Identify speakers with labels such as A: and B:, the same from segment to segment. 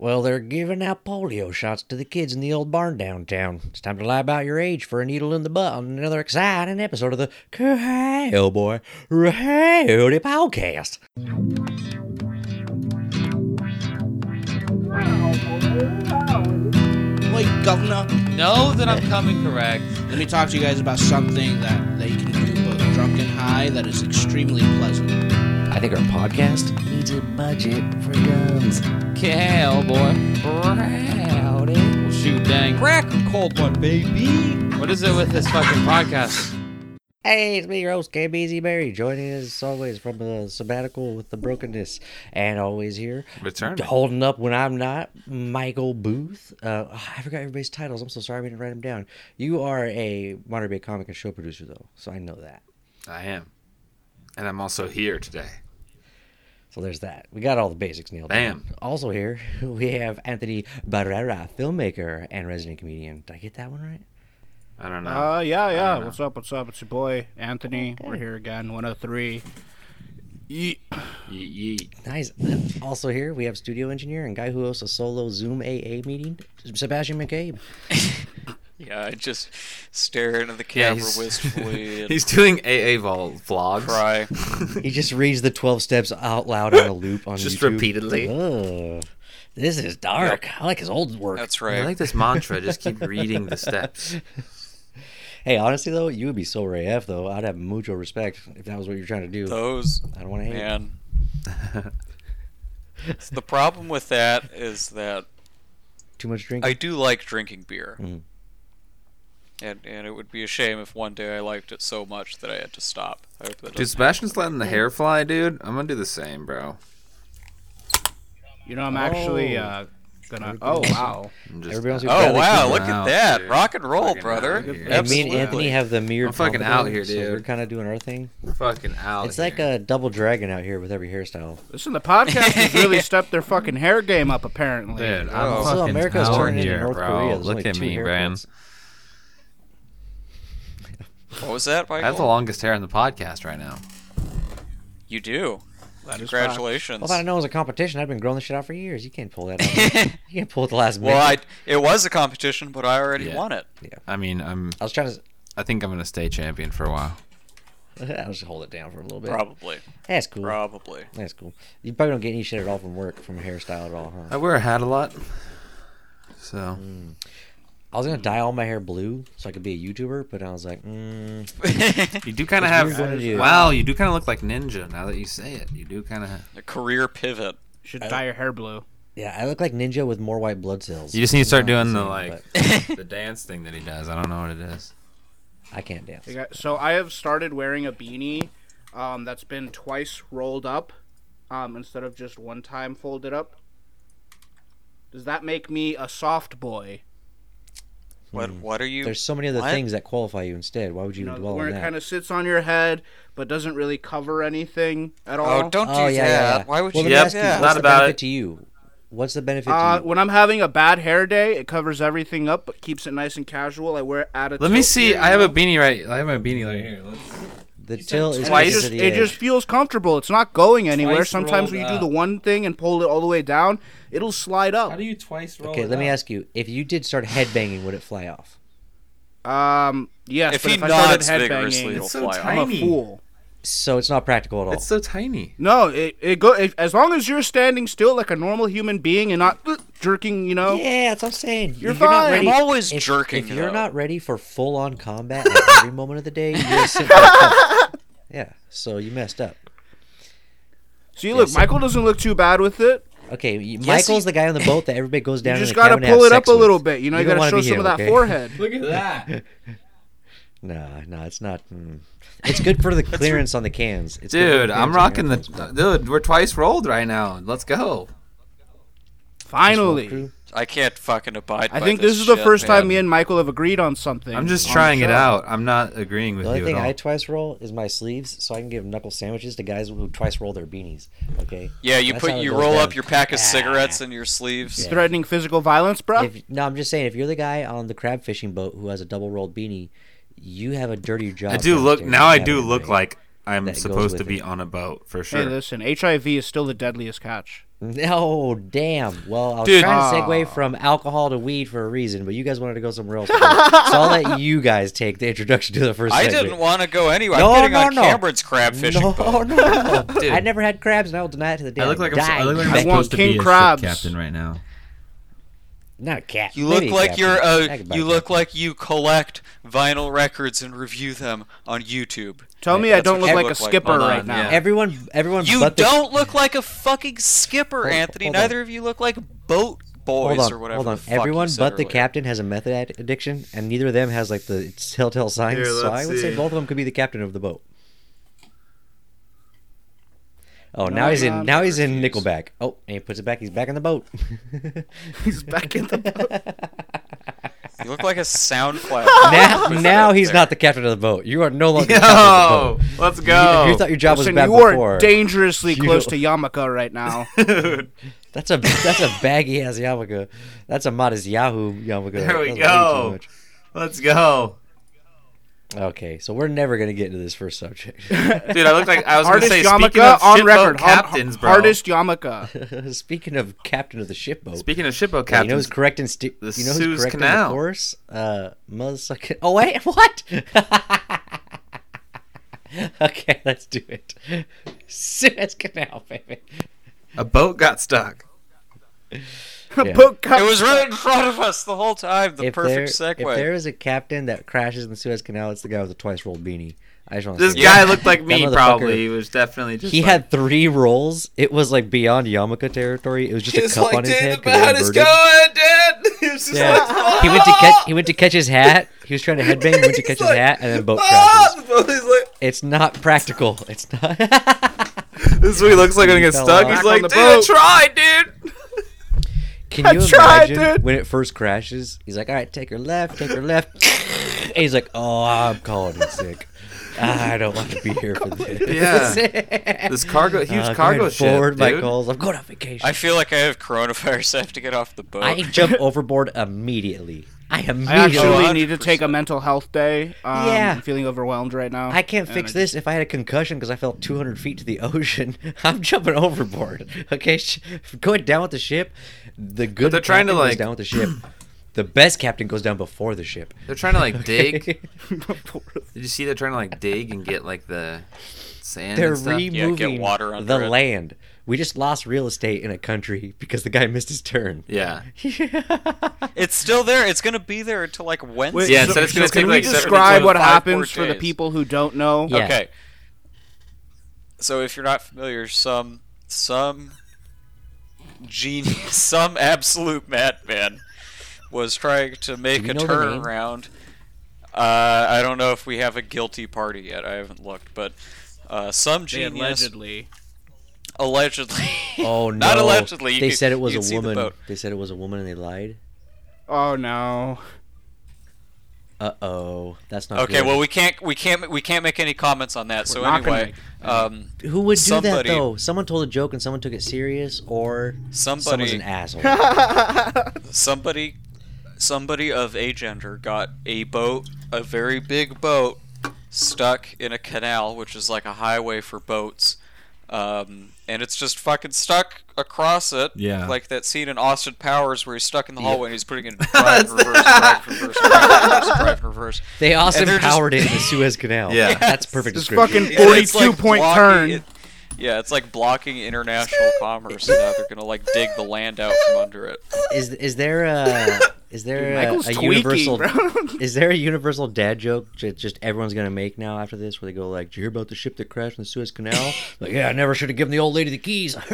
A: Well, they're giving out polio shots to the kids in the old barn downtown. It's time to lie about your age for a needle in the butt on another exciting episode of the Cahale Boy Rowdy Podcast.
B: Like, governor,
C: Know that I'm coming correct.
B: let me talk to you guys about something that they can do both drunk and high that is extremely pleasant.
A: I think our podcast needs a budget for guns.
C: Kale, boy. Rowdy. Well, shoot, dang. Crack a cold one, baby. What is it with this fucking podcast?
A: Hey, it's me, your host, Cam Easy Berry, joining us as always from the sabbatical with the brokenness, and always here,
D: Return.
A: holding up when I'm not, Michael Booth. Uh, oh, I forgot everybody's titles. I'm so sorry we didn't write them down. You are a Monterey Bay comic and show producer, though, so I know that.
D: I am. And I'm also here today.
A: So there's that. We got all the basics nailed down.
D: Bam.
A: Also here, we have Anthony Barrera, filmmaker and resident comedian. Did I get that one right?
D: I don't know.
B: Uh, yeah, yeah.
D: know.
B: What's up? What's up? It's your boy, Anthony. We're here again, 103. Yeet.
D: Yeet, yeet.
A: Nice. Also here, we have studio engineer and guy who hosts a solo Zoom AA meeting, Sebastian McCabe.
E: Yeah, I just stare into the camera
D: he's-
E: wistfully and
D: He's doing AA vol- vlogs.
E: cry.
A: He just reads the 12 steps out loud on a loop on
D: Just
A: YouTube.
D: repeatedly.
A: Ugh. this is dark. I like his old work.
E: That's
D: I
E: right.
D: like this mantra. Just keep reading the steps.
A: Hey, honestly though, you would be so Ray F though. I'd have mucho respect if that was what you're trying to do.
E: Those,
A: I don't want to hate.
E: man. So the problem with that is that
A: Too much drink.
E: I do like drinking beer.
A: Mhm.
E: And, and it would be a shame if one day I liked it so much that I had to stop. I hope that
D: Dude,
E: doesn't-
D: Sebastian's letting the hair fly, dude. I'm gonna do the same, bro.
B: You know, I'm actually
A: Oh.
B: uh, gonna. Oh, wow.
D: I'm just,
A: Everybody wants to-
E: oh,
A: Gotta
E: wow,
D: keep
E: look
D: it out,
E: at that.
D: dude.
E: Rock and roll,
D: Fucking
E: brother.
D: out here.
A: and me and
E: Absolutely.
A: Anthony have the mere.
D: I'm fucking out
A: combo,
D: here,
A: So we're
D: dude.
A: kind of doing our thing.
D: fucking out.
A: It's like
D: here.
A: a double dragon out here with every hairstyle.
B: Listen, the podcast has really stepped their fucking hair game up, apparently.
D: dude. I'm
E: Oh.
A: So
D: fucking
A: America's
D: out
A: turning
D: here,
A: into North
D: bro.
A: Korea. There's
D: Look
A: only
D: at
A: two
D: me, Bram.
A: haircuts.
E: What was that,
D: I
E: Michael?
D: have the longest hair on the podcast right now.
E: You do.
B: That is
E: Congratulations.
A: Well, if I know it was a competition, I've been growing this shit out for years. You can't pull that out. you can't pull it the last minute.
E: Well, I, it was a competition, but I already
D: Yeah.
E: won it.
D: I mean, I'm.
A: I was trying to.
D: I think I'm gonna stay champion for a while.
A: I'll just hold it down for a little bit.
E: Probably.
A: That's cool.
E: Probably.
A: That's cool. You probably don't get any shit at all from work from a hairstyle at all, huh?
D: I wear a hat a lot, so
A: I was gonna dye all my hair blue so I could be a YouTuber, but I was like, mm,
D: You do kind of
A: weird
D: have.
A: what it is.
D: Wow, you do kind of look like Ninja now that you say it. You do kind of.
E: A career pivot.
B: Should dye your hair blue.
A: yeah, I look like Ninja with more white blood cells.
D: You just need to start
A: Not
D: doing the
A: same,
D: like the dance thing that he does. I don't know what it is.
A: but I can't dance.
B: You got- So I have started wearing a beanie um, that's been twice rolled up um, instead of just one time folded up. Does that make me a soft boy?
E: What what are you
A: There's so many other
E: What?
A: things that qualify you instead. Why would you,
B: You know,
A: dwell
B: where
A: on
B: it
A: that?
B: kind of sits on your head but doesn't really cover anything at all.
E: Oh, don't do
A: oh yeah,
E: that.
A: yeah, yeah.
E: Why would
A: well,
E: you
A: let me
D: Yep,
A: ask
E: do
A: you,
E: that?
A: What's
D: not
A: the
D: about
A: benefit
D: it.
A: to you? What's the benefit
B: Uh,
A: to you?
B: when I'm having a bad hair day, it covers everything up but keeps it nice and casual. I wear it at a
D: Let me
B: tilt
D: see.
B: here,
D: I have
B: you
D: a
B: know?
D: beanie right. I have my beanie right here.
A: The till is
B: And it
D: Twice-
A: closer
B: just,
A: to the
B: it just
A: edge.
B: feels comfortable. It's not going anywhere.
D: Twice
B: Sometimes
D: rolled
B: when you do
D: up.
B: the one thing and pull it all the way down, it'll slide up.
D: you twice roll?
A: Oh. Okay, let me ask you: If you did start headbanging, would it fly off?
B: Um, yes,
E: If
B: but
E: he
B: if I started
E: nods vigorously,
B: headbanging,
E: it'll
D: It's so
E: fly
B: I'm
E: off.
B: a
D: Tiny.
B: fool.
A: So it's not practical at all.
D: It's so tiny.
B: No, it, it go if, as long as you're standing still like a normal human being and not uh, jerking, you know.
A: yeah, that's what I'm saying. You're,
B: fine.
A: Not ready,
E: I'm always
A: if,
E: jerking,
A: If you're
E: though.
A: not ready for full-on combat at every moment of the day, you're a simp. yeah. So you messed up.
B: See, look,
A: Yes.
B: Michael doesn't look too bad with it.
A: Okay, you- Michael's the guy on the boat that everybody goes down.
B: You
A: in
B: just
A: the cabin to
B: gotta
A: have
B: pull it up
A: sex
B: a
A: with.
B: little bit. You know, you,
A: don't
B: gotta
A: wanna
B: show
A: be
B: some
A: him,
B: of that
A: okay?
B: forehead.
D: Look at that,
A: No, no, it's not. mm. It's good for the clearance on the cans. It's good for
D: dude.
A: the clearance
D: I'm
A: on
D: rocking the.
A: cans.
D: Dude, we're twice rolled right now. Let's go.
B: Finally,
E: I can't fucking abide
B: I
E: by
B: think
E: this
B: this, is the
E: shit,
B: first
E: man.
B: time me and Michael have agreed on something.
D: I'm just
B: on
D: trying
B: the
D: it
B: show.
D: out. I'm not agreeing with
A: The only
D: you
A: thing I
D: at all.
A: twice roll is my sleeves, so I can give knuckle sandwiches to guys who twice roll their beanies. Okay.
E: Yeah, you
A: That's
E: put
A: how it
E: you
A: goes
E: roll
A: down.
E: up your pack of
A: Ah.
E: cigarettes in your sleeves.
B: Threatening physical violence, bro.
A: If, no, I'm just saying, if you're the guy on the crab fishing boat who has a double rolled beanie, you have a dirty job.
D: I do look
A: downstairs
D: now.
A: in
D: I
A: the
D: do
A: cabin,
D: look
A: right?
D: like I'm
A: That goes
D: supposed to
A: with
D: be
A: it.
D: on a boat for
B: Hey,
D: sure.
B: listen, HIV is still the deadliest catch.
A: No, damn. Well, I was
E: Dude. oh.
A: trying to segue from alcohol to weed for a reason, but you guys wanted to go somewhere else. so I'll let you guys take the introduction to the first.
E: I
A: segment.
E: didn't want to go anywhere.
A: No,
E: I'm getting
A: no,
E: on
A: no.
E: Cameron's crab fishing
A: no,
E: boat.
A: no, no.
D: Dude.
A: I never had crabs, and I will deny it to the day
D: I look like I'm,
A: die.
D: I look like I'm
B: I want
D: supposed to
B: king
D: be a
B: crabs.
D: ship captain right now.
A: Not a cat.
E: You look
A: maybe a
E: like
A: captain. I
E: you're uh,
A: could buy a
E: you look like you collect vinyl records and review them on YouTube.
B: Tell me I
E: That's
B: don't
E: what
B: look
E: you
B: like a
E: look like.
B: skipper
D: Hold on,
B: right now.
A: captain. Everyone, everyone.
E: uh, You
A: but the-
E: don't look like a fucking skipper,
A: Hold-
E: Anthony.
A: hold on.
E: Neither of you look like boat boys
A: Hold on,
E: or whatever.
A: hold on.
E: the fuck you
A: Everyone
E: said
A: but the
E: earlier.
A: captain has a method ad- addiction, and neither of them has like the telltale signs.
D: Here,
A: so I
D: let's
A: would say
D: see.
A: both of them could be the captain of the boat. Oh,
B: No,
A: now he's in.
B: I'm
A: Now he's in Nickelback. Oh, and he puts it back. He's back in the boat.
B: He's back in the boat.
E: You look like a SoundCloud.
A: now,
E: Put that
A: now
E: up
A: he's
E: there.
A: not the captain of the boat. You are no longer. the captain of
D: Yo, let's
A: the boat. You, you
D: go.
A: thought your job
B: Listen,
A: was bad
B: you are
A: before.
B: dangerously
A: You-
B: close to Yamaka right now.
A: That's a that's a baggy ass yarmulke. That's a modest Yahoo yarmulke.
D: There
A: That's way
D: we
A: too
D: go.
A: much.
D: Let's go,
A: Okay, so we're never gonna get into this first subject.
D: dude. I look like I was gonna
B: Hardest
D: say speaking
B: Yamaka
D: of
B: on
D: shipboat
B: record. Har-
D: captains, bro.
B: Hardest Yamaka.
A: Speaking of captain of the shipboat,
D: Speaking of shipboat
A: Yeah, you know
D: captains,
A: who's correct in sti-
D: the
A: you know who's
D: Suez
A: correct in the
D: Canal.
A: course? Uh, motherfucking. Oh wait, what? okay, let's do it. Suez Canal, baby.
D: a boat got stuck.
A: Yeah.
B: Book
E: It was right in front of us the whole time. The
A: If there,
E: perfect
A: if
E: segue.
A: there is a captain that crashes in the Suez Canal, it's the guy with the twice rolled beanie. I just want to
D: This
A: say
D: guy
A: that.
D: looked like
A: That
D: me,
A: motherfucker-
D: probably. He was definitely just.
A: He
D: like,
A: had three rolls. It was like beyond Yamaka territory. It was just a cup on his head. 'cause it inverted.
D: dude. He was just
A: Yeah. he went to catch. He went to catch his hat. He was trying to headbang. He went to catch his hat, and then boat
D: "Ah!"
A: crashes. It's not practical. It's not.
D: this is what he looks like when he
A: He
D: gets
A: fell
D: stuck.
A: off.
D: He's
B: Back
D: like,
B: on the
D: dude, I
B: boat."
D: tried, dude.
A: Can you
D: I tried,
A: imagine
D: dude.
A: when it first crashes? He's like, "All right, take her left, take her left," and he's like, "Oh, I'm calling in sick. Ah, I don't want to be here for this."
D: Yeah. This cargo, huge
A: Uh,
D: cargo
A: going
D: ship,
A: forward
D: dude.
A: my goals. I'm going on vacation.
E: I feel like I have coronavirus. I have to get off the boat.
A: I jump overboard immediately. I
B: I
A: immediately.
B: actually
E: Oh,
B: need to take a
E: 100%.
B: mental health day. Um,
A: Yeah.
B: I'm feeling overwhelmed right now.
A: I can't
B: And
A: fix
B: I
A: this. If I had a concussion because I fell 200 feet to the ocean, I'm jumping overboard. Okay, sh- going down with the ship. The good
D: they're trying to,
A: captain goes
D: like-
A: down with the ship. the best captain goes down before the ship.
D: They're trying to like dig. Did
A: Okay?
D: you see? They're trying to like dig and get like the sand.
A: They're
D: and stuff.
A: removing
E: water under
A: the
E: it.
A: land. We just lost real estate in a country because the guy missed his turn.
D: yeah.
E: It's still there. It's gonna be there until like Wednesday.
D: Yeah, so, it's gonna take
B: Can we
D: like seven-
B: describe what
E: five more
B: happens for the
E: days.
B: people who don't know?
A: Yeah.
E: Okay. So if you're not familiar, some some genius, some absolute madman was trying to make
A: you
E: a
A: know the name?
E: turnaround. Uh, I don't know if we have a guilty party yet. I haven't looked, but uh, some genius
B: Allegedly.
E: allegedly.
A: Oh no!
E: Not allegedly. You
A: They
E: could-
A: said it
E: you
A: was
E: could see
A: a
E: the
A: woman.
E: boat.
A: They said it was a woman, and they lied.
B: Oh no.
A: Uh oh, that's not
E: Okay,
A: Good.
E: well we can't we can't we can't make any comments on that. so
B: not gonna
E: anyway, um,
A: who would do that
E: somebody-
A: though? Someone told a joke and someone took it serious, or someone's
E: somebody
A: an asshole.
E: somebody somebody of a gender got a boat a very big boat stuck in a canal which is like a highway for boats um, and it's just fucking stuck across it
D: Yeah.
E: like that scene in austin powers where he's stuck in the hallway and he's putting it in drive reverse drive reverse drive reverse drive reverse
A: They also
E: they're just-
A: powered it in the Suez Canal.
D: Yeah.
A: that's perfect
B: This
A: description.
B: fucking
E: Yeah, it's
B: 42
E: like
B: point
E: blocking-
B: turn.
E: it- yeah it's like blocking international commerce and now they're gonna like dig the land out from under it
A: Is is there a is there
B: Michael's
A: a, a
B: tweaking,
A: universal
B: bro.
A: is there a universal dad joke that just everyone's gonna make now after this where they go like, "Did you hear about the ship that crashed in the Suez Canal?" like, yeah, I never should have given the old lady the keys. like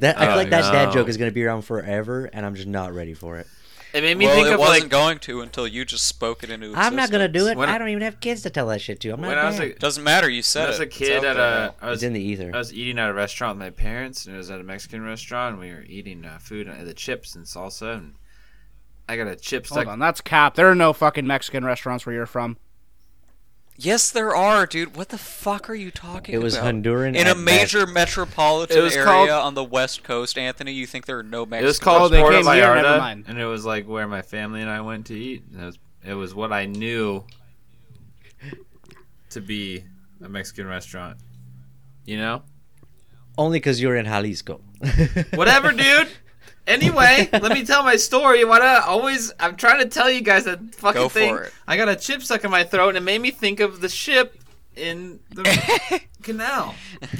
A: that, I feel
D: Oh,
A: like that dad
D: no.
A: joke is gonna be around forever, and I'm just not ready for it.
D: It made me
E: well,
D: think
E: it
D: of
E: wasn't
D: like
E: going to until you just spoke it into existence.
A: I'm not gonna do it.
D: When-
A: I don't even have kids to tell that shit to. I'm not.
D: when I was
A: dad.
D: a,
E: Doesn't matter. You said
D: when I was
E: it.
D: a
E: It's
D: kid
E: out
D: at
E: there
D: a
E: now.
D: I was
A: it's in the ether.
D: I was eating at a restaurant with my parents, and it was at a Mexican restaurant. And we were eating uh, food and the chips and salsa, and I got a chip
B: Hold
D: stuck.
B: on, that's cap. There are no fucking Mexican restaurants where you're from.
E: Yes, there are, dude. What the fuck are you talking
A: It was
E: about?
A: Honduran
E: in a
A: at
E: major metropolitan
D: It was
E: area
D: called-
E: on the west coast. Anthony, you think there are no
D: It
E: Mexicans?
D: was called
B: they
D: Puerto
B: came here, never
D: Vallarta,
B: mind.
D: and it was like where my family and I went to eat. And it was it was what I knew to be a Mexican restaurant. You know?
A: Only because you're in Jalisco.
D: Whatever, dude. Anyway, let me tell my story. Why not? Always, I'm trying to tell you guys that fucking
E: Go for
D: thing.
E: it.
D: I got a chip stuck in my throat, and it made me think of the ship in the canal.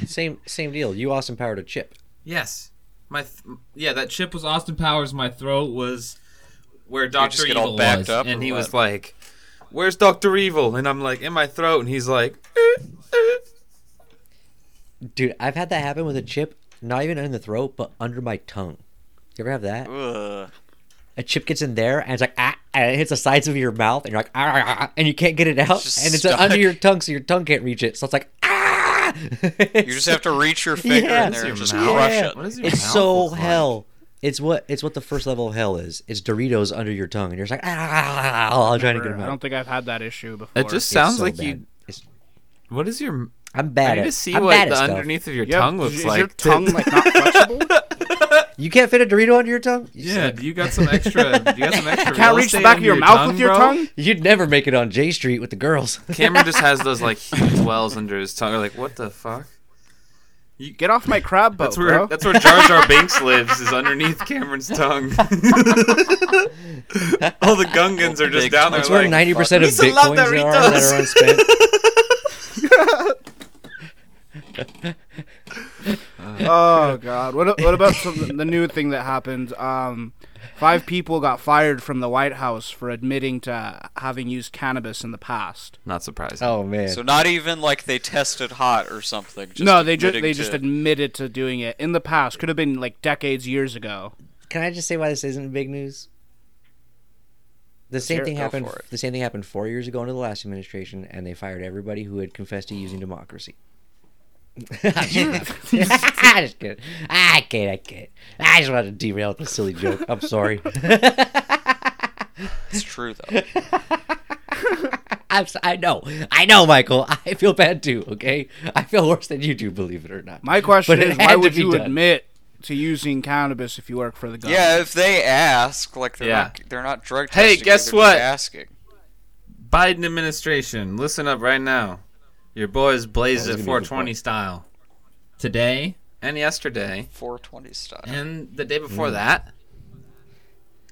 A: Same same deal. You Austin powered a chip.
D: Yes, my th- yeah, that chip was Austin Powers. My throat was where
E: just
D: Doctor
E: get
D: Evil
E: all backed
D: was,
E: up
D: and
E: or
D: he was
E: what?
D: like, "Where's Doctor Evil?" And I'm like, "In my throat," and he's like, "Eh, eh."
A: Dude, I've had that happen with a chip, not even in the throat, but under my tongue. You ever have that?
E: Ugh.
A: A chip gets in there and it's like ah, and it hits the sides of your mouth and you're like ah, ah, ah, and you can't get it out
E: just
A: and it's
E: stuck.
A: under your tongue so your tongue can't reach it. So it's like ah.
E: You just have to reach your finger
A: Yeah.
E: in there and
D: Your
E: just
D: mouth.
E: crush
A: Yeah.
E: it.
D: What is your
A: It's
D: mouth
A: so
D: look like?
A: hell. It's what it's what the first level of hell is. It's Doritos under your tongue and you're just like ah, ah, ah, trying to get them
B: I don't
A: out.
B: think I've had that issue before.
D: It just
A: It's
D: sounds
A: so
D: like
A: bad.
D: you.
A: It's-
D: What is your?
A: I'm bad
D: I need
A: at.
D: to see
A: I'm
D: what
A: bad
D: the
A: at stuff.
D: underneath of your
B: Yeah,
D: tongue looks
B: is, Is
D: like.
B: your tongue like not flexible?
A: You can't fit a Dorito under your tongue. You
D: yeah,
A: suck.
D: you got some extra. You got some extra.
B: Can't
D: real
B: reach the
D: estate
B: back of
D: under
B: your mouth with your
D: bro?
B: tongue.
A: You'd never make it on J Street with the girls.
D: Cameron just has those like huge wells under his tongue. They're like, what the fuck?
B: Get off my crab boat,
D: That's where
B: bro.
D: that's where Jar Jar Binks lives is underneath Cameron's tongue. All the Gungans are just
E: Big
D: down there.
E: tongue.
A: That's where
D: Like,
A: ninety percent of
D: Lisa love
A: bitcoins are that
D: Doritos.
A: are unspent.
B: oh god. What what about some, the new thing that happened? Um, five people got fired from the White House for admitting to having used cannabis in the past.
D: not surprising.
A: Oh man.
E: So not even like they tested hot or something. Just
B: no, they just
E: admitting
B: they just
E: to-
B: admitted to doing it in the past. Could have been like decades, years ago.
A: Can I just say why this isn't big news? The same
E: hear it.
A: thing
E: Go
A: happened.
E: for it.
A: The same thing happened four years ago under the last administration, and they fired everybody who had confessed to using democracy. I just kidding. I can't. I can't. I just wanted to derail the silly joke. I'm sorry.
E: It's true though.
A: I'm, so- I know. I know, Michael. I feel bad too. Okay. I feel worse than you do. Believe it or not.
B: My question
A: But it
B: is,
A: had
B: why
A: to
B: would
A: be
B: you
A: done.
B: admit to using cannabis if you work for the government?
E: yeah, if they ask, like they're
D: Yeah.
E: not they're not drug
D: Hey,
E: testing.
D: guess
E: you, they're just
D: what?
E: Asking.
D: Biden administration, listen up right now. Your boys blazed
A: That was
D: it
A: gonna be a good
D: 420 style. Today and yesterday
E: 420 style.
D: and the day before
A: Mm.
D: that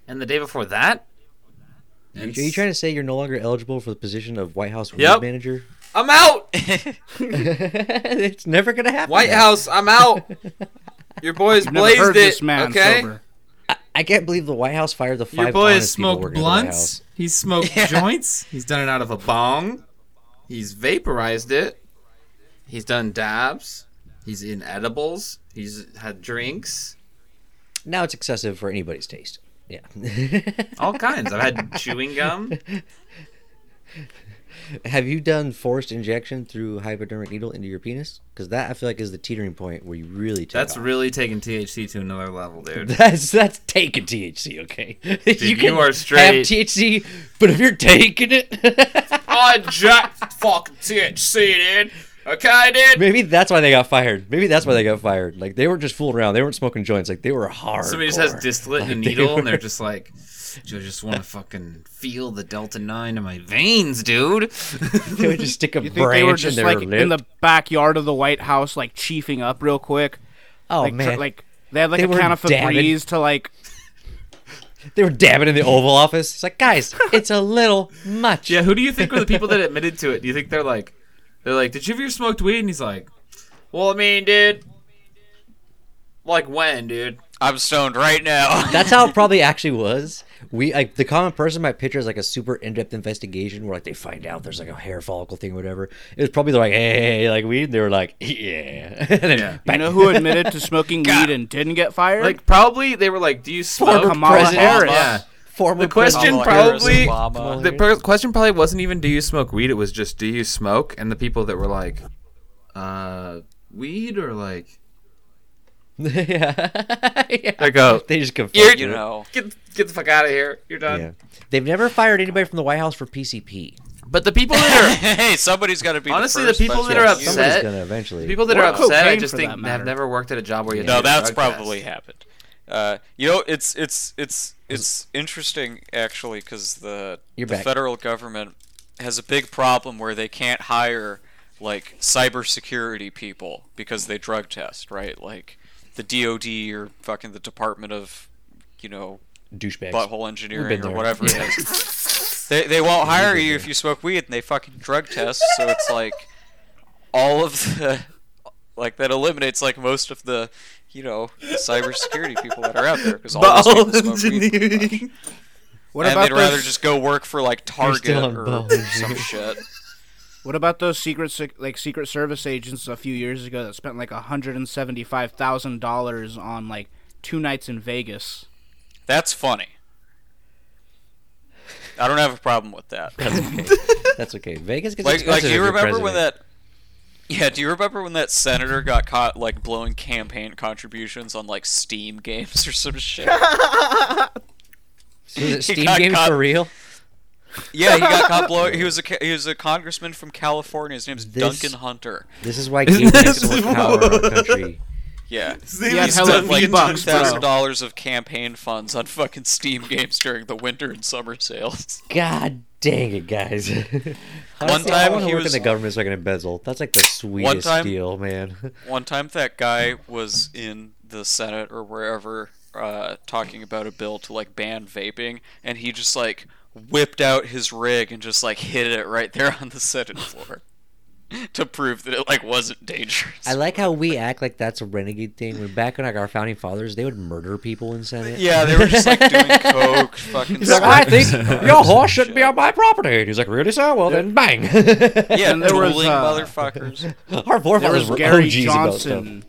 D: and the day before that.
A: Are you trying to say you're no longer eligible for the position of White House weed
D: Yep.
A: manager?
D: I'm out.
A: it's never gonna happen.
D: White House, I'm out. Your boys
B: I've never
D: blazed
B: heard
D: it.
B: this man
D: okay.
B: sober.
A: I can't believe the White House fired the five
D: Your boy has
A: honest people
D: smoked
A: working at the White House.
D: blunts. He's smoked joints. He's done it out of a bong. He's vaporized it. He's done dabs. He's in edibles. He's had drinks.
A: Now it's excessive for anybody's taste. Yeah.
D: All kinds. I've had chewing gum.
A: Have you done forced injection through hypodermic needle into your penis? Because that I feel like is the teetering point where you really take
D: That's
A: off.
D: really taking THC to another level, dude.
A: That's that's taking THC, okay? you
D: are
A: Have
D: straight.
A: THC, but if you're taking it,
D: I jacked fucking THC, dude. Okay, dude.
A: maybe that's why they got fired. Maybe that's why they got fired. Like they weren't just fooling around; they weren't smoking joints. Like they were hard.
D: Somebody just has distillate and a
A: Like, they
D: needle, and
A: were-
D: they're just like, "Dude, I just want to fucking feel the delta nine in my veins, dude."
A: They would just stick a
B: You think they were
A: branch in
B: just
A: their
B: like
A: lip.
B: in the backyard of the White House, like chiefing up real quick?
A: oh
B: like, tr-
A: man,
B: like they had like
A: They
B: a
A: were
B: can of
A: dabbing.
B: Febreze to like
A: They were dabbing in the Oval Office. It's like, guys, it's a little much.
D: Yeah, who do you think were the people that admitted to it? Do you think they're like, they're like, did you ever smoked weed? And he's like, well, I mean, dude, like when, dude?
E: I'm stoned right now.
A: That's how it probably actually was. We like the common person might picture as like a super in-depth investigation where like they find out there's like a hair follicle thing or whatever. It was probably like, hey, hey, hey, like weed. And they were like, yeah. and then,
D: Yeah.
A: bang.
B: you know who admitted to smoking weed and didn't get fired?
D: Like probably they were like, do you smoke?
A: Former
B: Kamala
A: president.
B: Harris.
D: Yeah.
A: Former
D: The question
A: president.
D: probably,
E: Kamala Harris.
D: the per- question probably wasn't even, do you smoke weed? It was just, do you smoke? And the people that were like, uh, weed or like,
A: yeah.
D: I go,
A: They just confirmed.
D: You're-
A: it.
E: you know.
D: get get the fuck out of here, you're done.
A: Yeah. They've never fired anybody from the White House for PCP.
D: But the people that
E: hey, somebody's got to be.
D: Honestly, the
E: the, first
D: people
E: person
D: that are
E: to
D: upset-
E: use it.
A: Somebody's
D: Set.
A: gonna
D: are,
A: eventually.
D: people that
B: Or
D: are upset, I
B: cocaine,
D: just
B: for
D: think
B: that
D: have
B: matter.
D: never worked at a job where you. had to
E: No,
D: do a
E: that's
D: drug
E: probably
D: test.
E: happened. Uh, you know, it's it's it's it's interesting actually because the
A: You're
E: the
A: back.
E: federal government has a big problem where they can't hire like cybersecurity people because they drug test, right? Like the DOD or fucking the Department of, you know,
A: Douchebags.
E: butthole
A: been
E: engineering or
A: there.
E: whatever it is. They, they won't hire you if you smoke weed and they fucking drug test. So it's like all of the like that eliminates like most of the you know cybersecurity people that are out there because all those people
D: Ball
E: smoke weed.
D: engineering.
B: What
E: and
B: about
E: they'd rather
B: those-
E: just go work for like Target
A: still on
E: or
A: ball
E: some shit.
B: What about those secret sec- like secret service agents a few years ago that spent like hundred and seventy five thousand dollars on like two nights in Vegas?
E: That's funny. I don't have a problem with that.
A: That's okay. Vegas gets
E: like like
A: expensive
E: do you
A: if you're
E: remember when
A: president.
E: that yeah do you remember when that senator got caught like blowing campaign contributions on like steam games or some shit
A: Was it
E: he
A: Steam
E: got
A: games
E: caught-
A: for real?
E: yeah he got caught blowing he was a ca- he was a congressman from california his name's
A: This-
E: duncan hunter
A: This is why
D: Isn't
A: gateways
D: this-
A: overpower our country.
E: yeah
B: Yeah,
E: he
B: hella
E: spent like
B: few bucks, bro.
E: thousand dollars of campaign funds on fucking steam games during the winter and summer sales
A: God dang it, guys. Honestly, I
E: time
A: want to
E: he
A: work
E: was-
A: in the government so I can embezzle. That's like the sweetest
E: time-
A: deal, man.
E: One time that guy was in the Senate or wherever uh, talking about a bill to like ban vaping, and he just like whipped out his rig and just like hit it right there on the Senate floor to prove that it like wasn't dangerous.
A: I like how we act like that's a renegade thing. When back when like our founding fathers, they would murder people in Senate.
E: yeah, they were just like doing coke, fucking.
A: He's like, I think your horse shouldn't be on my property. And he's like, really, sir? Well, then bang.
E: yeah,
B: And there was,
E: dueling
B: uh,
E: motherfuckers.
A: Our
B: There
A: forefathers
B: was
A: were
B: Gary
A: OGs about stuff.
B: Johnson.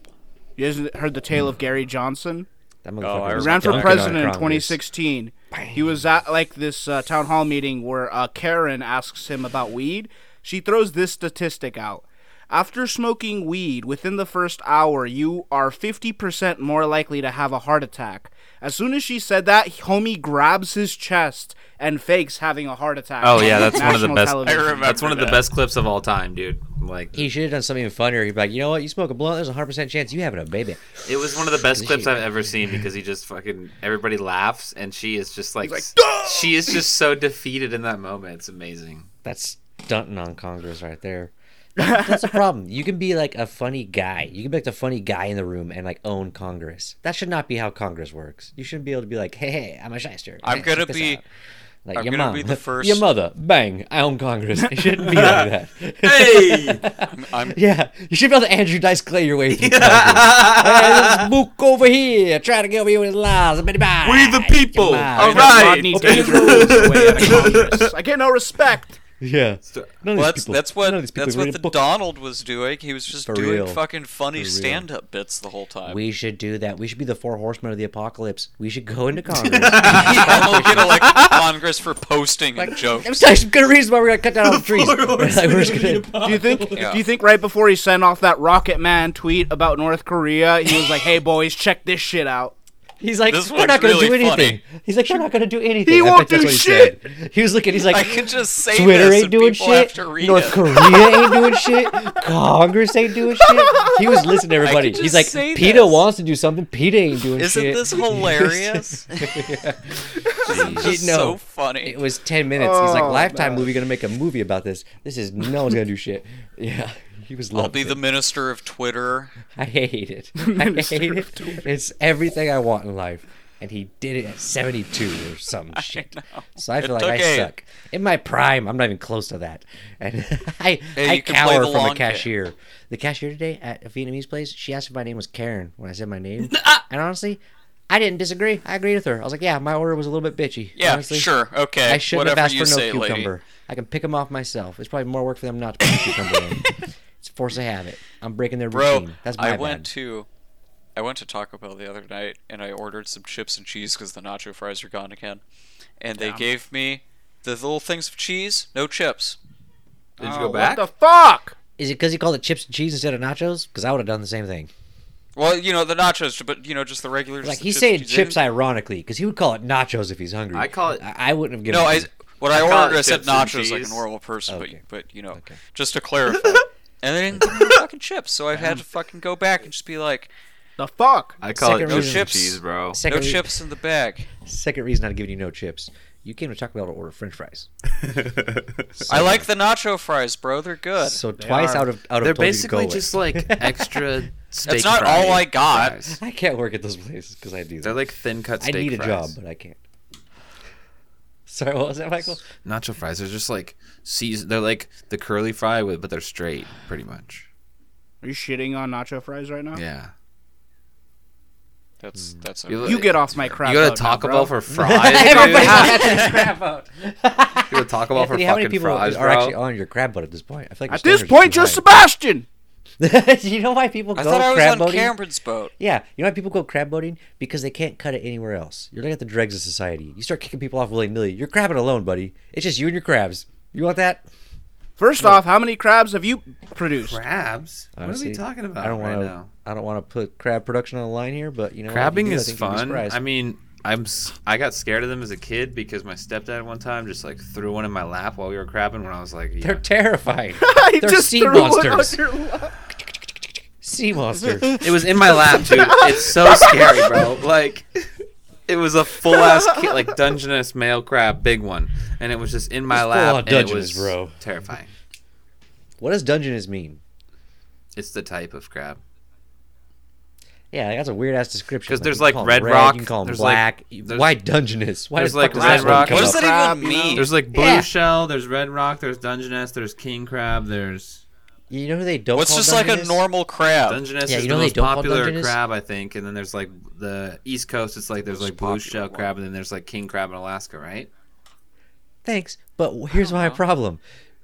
B: You guys heard the tale of Gary Johnson?
A: That
E: Oh, I
A: was
B: ran for
A: dunking on
B: president in
A: Congress.
B: 2016. He was at like this uh, town hall meeting where uh, Karen asks him about weed. She throws this statistic out. After smoking weed within the first hour, you are 50% more likely to have a heart attack. As soon as she said that, homie grabs his chest and fakes having a heart attack.
D: Oh
B: on
D: yeah, that's one of the
B: national
D: best.
B: television.
D: That's one of the
E: that.
D: best clips of all time, dude. Like
A: He should have done something funnier. He'd be like, you know what? You smoke a blunt, there's a 100% chance you having a baby.
D: it was one of the best clips I've ever seen because he just fucking everybody laughs and she is just like,
B: like,
D: s- she is just so defeated in that moment. It's amazing.
A: That's stunting on Congress right there. That's a problem. You can be like a funny guy. You can be like the funny guy in the room and like own Congress. That should not be how Congress works. You shouldn't be able to be like, hey, hey I'm a shyster.
E: I'm
A: Hey,
E: gonna
A: check this
E: be-
A: out." Like
E: I'm
A: your
E: gonna
A: mom,
E: be the first-
A: Your mother, bang! I own Congress. It shouldn't be like that.
D: Hey,
E: I'm
A: yeah, you should be able to Andrew Dice Clay your way through. Congress. hey, this book over here trying to get away with his lies. We the
D: people. All
B: That's
D: Right.
B: Rodney Dangerfield's way out of Congress. I get no respect.
A: Yeah. None of these
E: Well, that's
A: people-
E: that's
A: none of
E: what
A: these people
E: that's
A: read
E: what
A: a
E: the
A: book.
E: Donald was doing. He was just
A: For
E: doing
A: real.
E: fucking funny stand-up bits the whole time.
A: We should do that. We should be the four horsemen of the apocalypse. We should go into Congress.
E: I'll get elected to Congress for posting and
A: I'm
E: jokes.
A: sorry, some good reason why we're gonna cut down all the trees. Like, we're just gonna-
B: Do you think?
E: Yeah.
B: Do you think right before he sent off that Rocket Man tweet about North Korea, he was like, "Hey boys, check this shit out."
A: he's like,
E: This
A: we're
E: one's
A: not gonna do
E: really
A: anything. He's like, we're not gonna do anything.
B: He
A: I bet
B: won't
A: that's
B: do
A: what he
B: shit.
A: said. He was looking. He's like,
E: I could just say
A: Twitter
E: this
A: ain't
E: and
A: doing
E: people have
A: shit.
E: to read
A: North
E: it.
A: Korea ain't doing shit. Congress ain't doing shit. He was listening to everybody.
E: just
A: He's like,
E: say
A: PETA
E: this.
A: wants to do something. PETA ain't doing
E: Isn't
A: shit.
E: this hilarious? This is
A: No.
E: so funny.
A: It was ten minutes. He's like,
B: Oh,
A: Lifetime
B: man.
A: movie gonna make a movie about this. This is no one's gonna do shit. Yeah, he was.
E: I'll
A: loving
E: be
A: it.
E: the minister of Twitter.
A: I hate it. I hate it. It's everything I want in life. And he did it at 72 or some shit. So I feel like
E: took
A: I
E: eight.
A: suck. In my prime, I'm not even close to that. And I,
E: Hey,
A: I
E: you can play
A: cower
E: the
A: from
E: long
A: a
E: game.
A: cashier. The cashier today at a Vietnamese place, she asked if my name was Karen when I said my name.
E: Ah!
A: and honestly, I didn't disagree. I agreed with her. I was like, yeah, my order was a little bit bitchy.
E: Yeah,
A: honestly.
E: sure, okay.
A: I shouldn't
E: Whatever
A: have asked
E: you
A: for no
E: say, lady.
A: cucumber. I can pick them off myself. It's probably more work for them not to put the cucumber in. It's a force of habit. I'm breaking their
E: Bro,
A: routine. That's my
E: I
A: bad.
E: went to I went to Taco Bell the other night and I ordered some chips and cheese because the nacho fries are gone again. And they gave me the little things of cheese, no chips.
D: did you
B: Oh,
D: go back?
B: What the fuck?
A: Is it because he called it chips and cheese instead of nachos? Because I would have done the same thing.
E: Well, you know the nachos, but you know just the regular. just
A: Like
E: the
A: he's
E: chips
A: saying
E: and cheese. They
A: chips
E: didn't-
A: ironically, because he would call it nachos if he's hungry.
D: I call it-
A: I, I wouldn't have given.
E: No,
A: a-
E: I what I,
D: I call
E: ordered
D: it
E: I said
D: chips and
E: nachos like a
D: cheese.
E: normal person,
A: Okay.
E: but but you know,
A: Okay.
E: just to clarify. and they didn't give me fucking chips, so I've had to fucking go back and just be like,
B: The fuck?
D: I call
A: Second
D: it no
A: reason-
D: chips, cheese, bro.
A: second
E: no
A: re-
E: chips in the bag.
A: Second reason I'd given you no chips. You came to Taco Bell to order French fries.
E: I like the nacho fries, bro. They're good.
A: So twice
B: are-
A: out of out
D: They're
A: of told you to go
D: basically
A: with.
D: just like extra steak
E: That's not all I
D: fries.
E: got.
D: Fries.
A: I can't work at those places because I do
D: They're
A: that.
D: like thin cut
A: I
D: steak
A: need a
D: fries.
A: job, but I can't. Sorry, what was that, Michael?
D: Nacho fries. They're just like season. They're like the curly fry, with, but they're straight, pretty much.
B: Are you shitting on nacho fries right now?
D: Yeah.
E: That's that's
D: You
E: okay.
D: look-
B: You get off my crap.
D: you go
B: boat
D: to Taco
B: now,
D: Bell
B: bro.
D: for fries. dude?
A: crab boat.
D: you go to Taco Bell for
A: Anthony, how many
D: fucking
A: people
D: fries,
A: are
D: bro.
A: actually on your crab boat at this point? I feel like
B: At
A: your
B: this
A: standards
B: point,
A: are
B: you're
A: too
B: Sebastian.
A: high. you know why people go
E: I thought I was
A: crab
E: on
A: boating?
E: Cameron's boat.
A: Yeah, you know why people go crab boating because they can't cut it anywhere else. You're looking at the dregs of society. You start kicking people off willy nilly. You're crabbing alone, buddy. It's just you and your crabs. You want that?
B: First off, how many crabs have you produced?
D: crabs. What are
A: Honestly,
D: we talking about
A: I don't
D: right
A: want to.
D: now?
A: I don't want to put crab production on the line here, but you know, what? If you
D: Crabbing
A: do, I
D: is
A: think you'd be
D: fun.
A: surprised.
D: I mean, I'm s- I got scared of them as a kid because my stepdad one time just like threw one in my lap while we were crabbing when I was like,
A: They're
D: yeah.
A: terrifying.
B: I
A: They're
B: just
A: sea
B: threw one on
A: monsters.
B: your lap.
A: Sea monsters.
D: it was in my lap, dude. It's so scary, bro. Like it was a full ass ki- like Dungeness male crab, big one, and it was just in my
A: It's full-on
D: lap. and it
A: Dungeness,
D: was
A: bro.
D: terrifying.
A: what does dungeness mean?
D: It's the type of crab.
A: Yeah, that's a weird ass description.
D: Because
A: Like, you can
D: there's, like,
A: call 'em
D: red
A: red
D: rock,
A: You can call 'em
D: there's,
A: black.
D: like- there's-
A: Why dungeness? Why
D: there's,
A: the
D: like,
A: fuck does
D: red
A: that one
D: rock.
A: come
E: What does
A: up?
E: that
B: Crab,
E: even
B: you know?
E: mean?
D: There's like blue
A: Yeah.
D: shell, there's red rock, there's Dungeness, there's king crab, there's
A: You know who they don't.
E: What's
A: call
E: just like a
A: dungeness?
E: normal crab?
D: Dungeness
A: Yeah,
D: is
A: you know
D: the
A: they
D: most
A: don't call
D: popular
A: Dungeness?
D: crab, I think, and then there's like the East Coast. It's like there's
E: Most
D: like blue
E: popular
D: shell
E: one.
D: crab, and then there's like king crab in Alaska, right?
A: Thanks, but here's
D: Uh-huh.
A: my problem.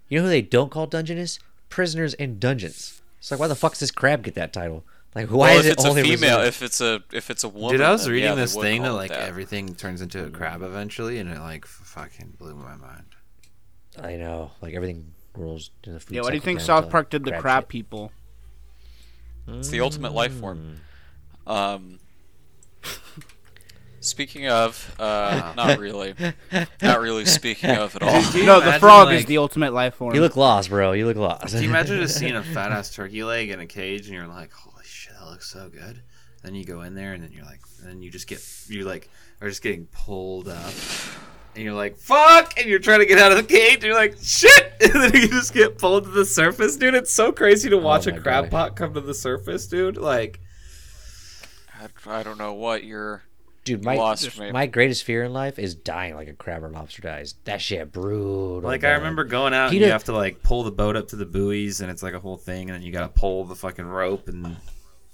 A: You know who they don't call dungeness? Prisoners in dungeons. It's like, why the fuck does this crab get that title? Like, why
E: well,
A: is
E: if
A: it
E: it's
A: only
E: a female,
A: reserved-
E: if it's a if it's a woman.
D: Dude, I was
E: then,
D: reading
E: yeah, they
D: this
E: would
D: thing that
E: call it
D: like
E: that. Mm-hmm.
D: everything turns into a crab eventually, and it like f- fucking blew my mind.
A: I know, like everything rolls to the food.
B: Yeah, what do you
A: cycle
B: think
A: down
B: South
A: to
B: Park did the
A: crab
B: crab
A: shit.
B: people?
E: It's the ultimate life form. Um, speaking of, uh,
D: Ah.
E: not really, not really speaking of at all.
D: Dude, you
B: No, the
D: imagine,
B: frog is
D: like-
B: the ultimate life form.
A: You look lost, bro. You look lost.
D: Do you imagine just seeing a fat ass turkey leg in a cage, and you're like, "Holy shit, that looks so good." Then you go in there, and then you're like, and then you just get, you like, are just getting pulled up, and you're like, "Fuck!" And you're trying to get out of the cage, and you're like, "Shit!" And then you just get pulled to the surface, dude. It's so crazy to watch
A: Oh my
D: a crab
A: God.
D: pot come to the surface, dude. Like,
E: I- I don't know what you're.
A: dude? My
E: lost me.
A: my greatest fear in life is dying like a crab or lobster dies. That shit brutal.
D: like I
A: man.
D: remember going out,
A: He
D: and you
A: did-
D: have to like pull the boat up to the buoys, and it's like a whole thing, and then you gotta pull the fucking rope, and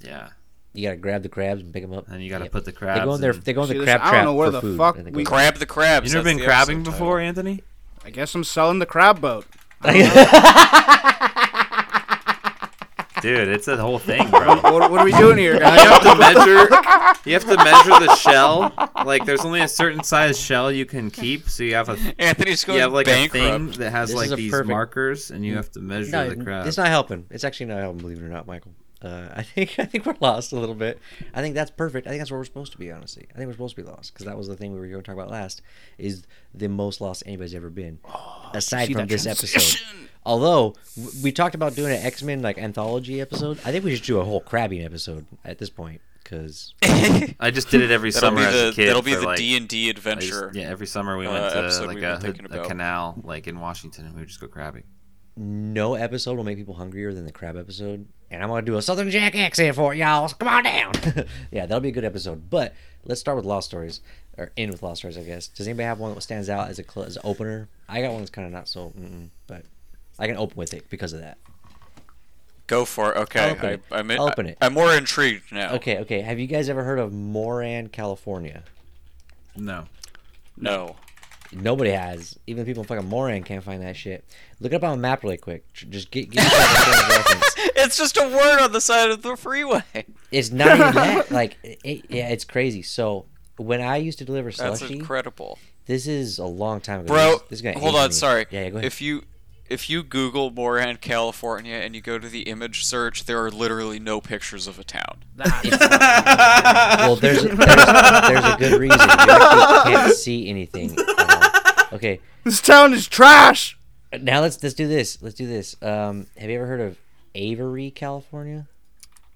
D: yeah,
A: you gotta grab the crabs and pick them up.
D: and then you gotta
A: Yep.
D: put the crabs.
A: They go in there.
D: in-
A: They go in
B: See,
A: the
B: this-
A: crab
B: I don't
A: trap
B: know where
A: for
B: the
A: food,
B: fuck
A: and they
B: we-
A: go-
E: Crab the crabs.
D: You never
E: that's
D: been
E: the episode
D: crabbing
E: title.
D: before, Anthony?
B: I guess I'm selling the crab boat.
D: Dude, it's a whole thing, bro.
B: What, what are we doing here,
D: you
B: guys?
D: have to measure. You have to measure the shell. Like, there's only a certain size shell you can keep, so you have a
E: Anthony's
D: you
E: going
D: have like
E: bankrupt.
D: a thing that has
A: This is
D: like
A: a
D: these
A: perfect-
D: markers, and you have to measure
A: No,
D: the crab.
A: it's not helping. It's actually not helping. Believe it or not, Michael. Uh, I think I think we're lost a little bit. I think that's perfect. I think that's where we're supposed to be. Honestly, I think we're supposed to be lost because that was the thing we were going to talk about last. Is the most lost anybody's ever been, aside from this episode. Although w- we talked about doing an X Men like anthology episode, I think we should do a whole crabbing episode at this point because
D: I just did it every
E: That'll
D: summer
E: be
D: as
E: the
D: a kid.
E: that'll be
D: for,
E: the
D: like,
E: D and D
D: I just-
E: adventure.
D: yeah, every summer we went
E: uh,
D: to
E: episode
D: like
E: we've been
D: a,
E: thinking
D: a
E: about.
D: canal, like in Washington, and we would just go crabbing.
A: no episode will make people hungrier than the crab episode. And I'm gonna do a Southern Jack accent for it, y'all. So come on down. yeah, that'll be a good episode. But let's start with lost stories, or end with lost stories, I guess. Does anybody have one that stands out as a cl- as an opener? I got one that's kind of not so, mm-mm, but I can open with it because of that.
E: Go for it.
A: I'll
E: Okay,
A: open it.
E: I, I'm,
A: I'll open it.
E: I'm more intrigued now.
A: Okay, okay. Have you guys ever heard of Moran, California?
D: No,
E: No.
A: Nobody has. Even people in fucking Moran can't find that shit. Look it up on a map really quick. Tr- Just get, get yourself a frame of reference.
E: It's just a word on the side of the freeway.
A: It's not even that. Like, it, yeah, it's crazy. So when I used to deliver
E: That's
A: slushy,
E: incredible.
A: this is a long time ago.
E: Bro,
A: this, this is gonna
E: hold
A: age
E: on,
A: me.
E: sorry.
A: Yeah, yeah, go ahead.
E: If you if you Google Moran, California, and you go to the image search, there are literally no pictures of a town.
A: well, there's there's, there's a good reason. You actually can't see anything. at all. Okay,
B: this town is trash.
A: now let's let's do this. Let's do this. Um, have you ever heard of Avery, California?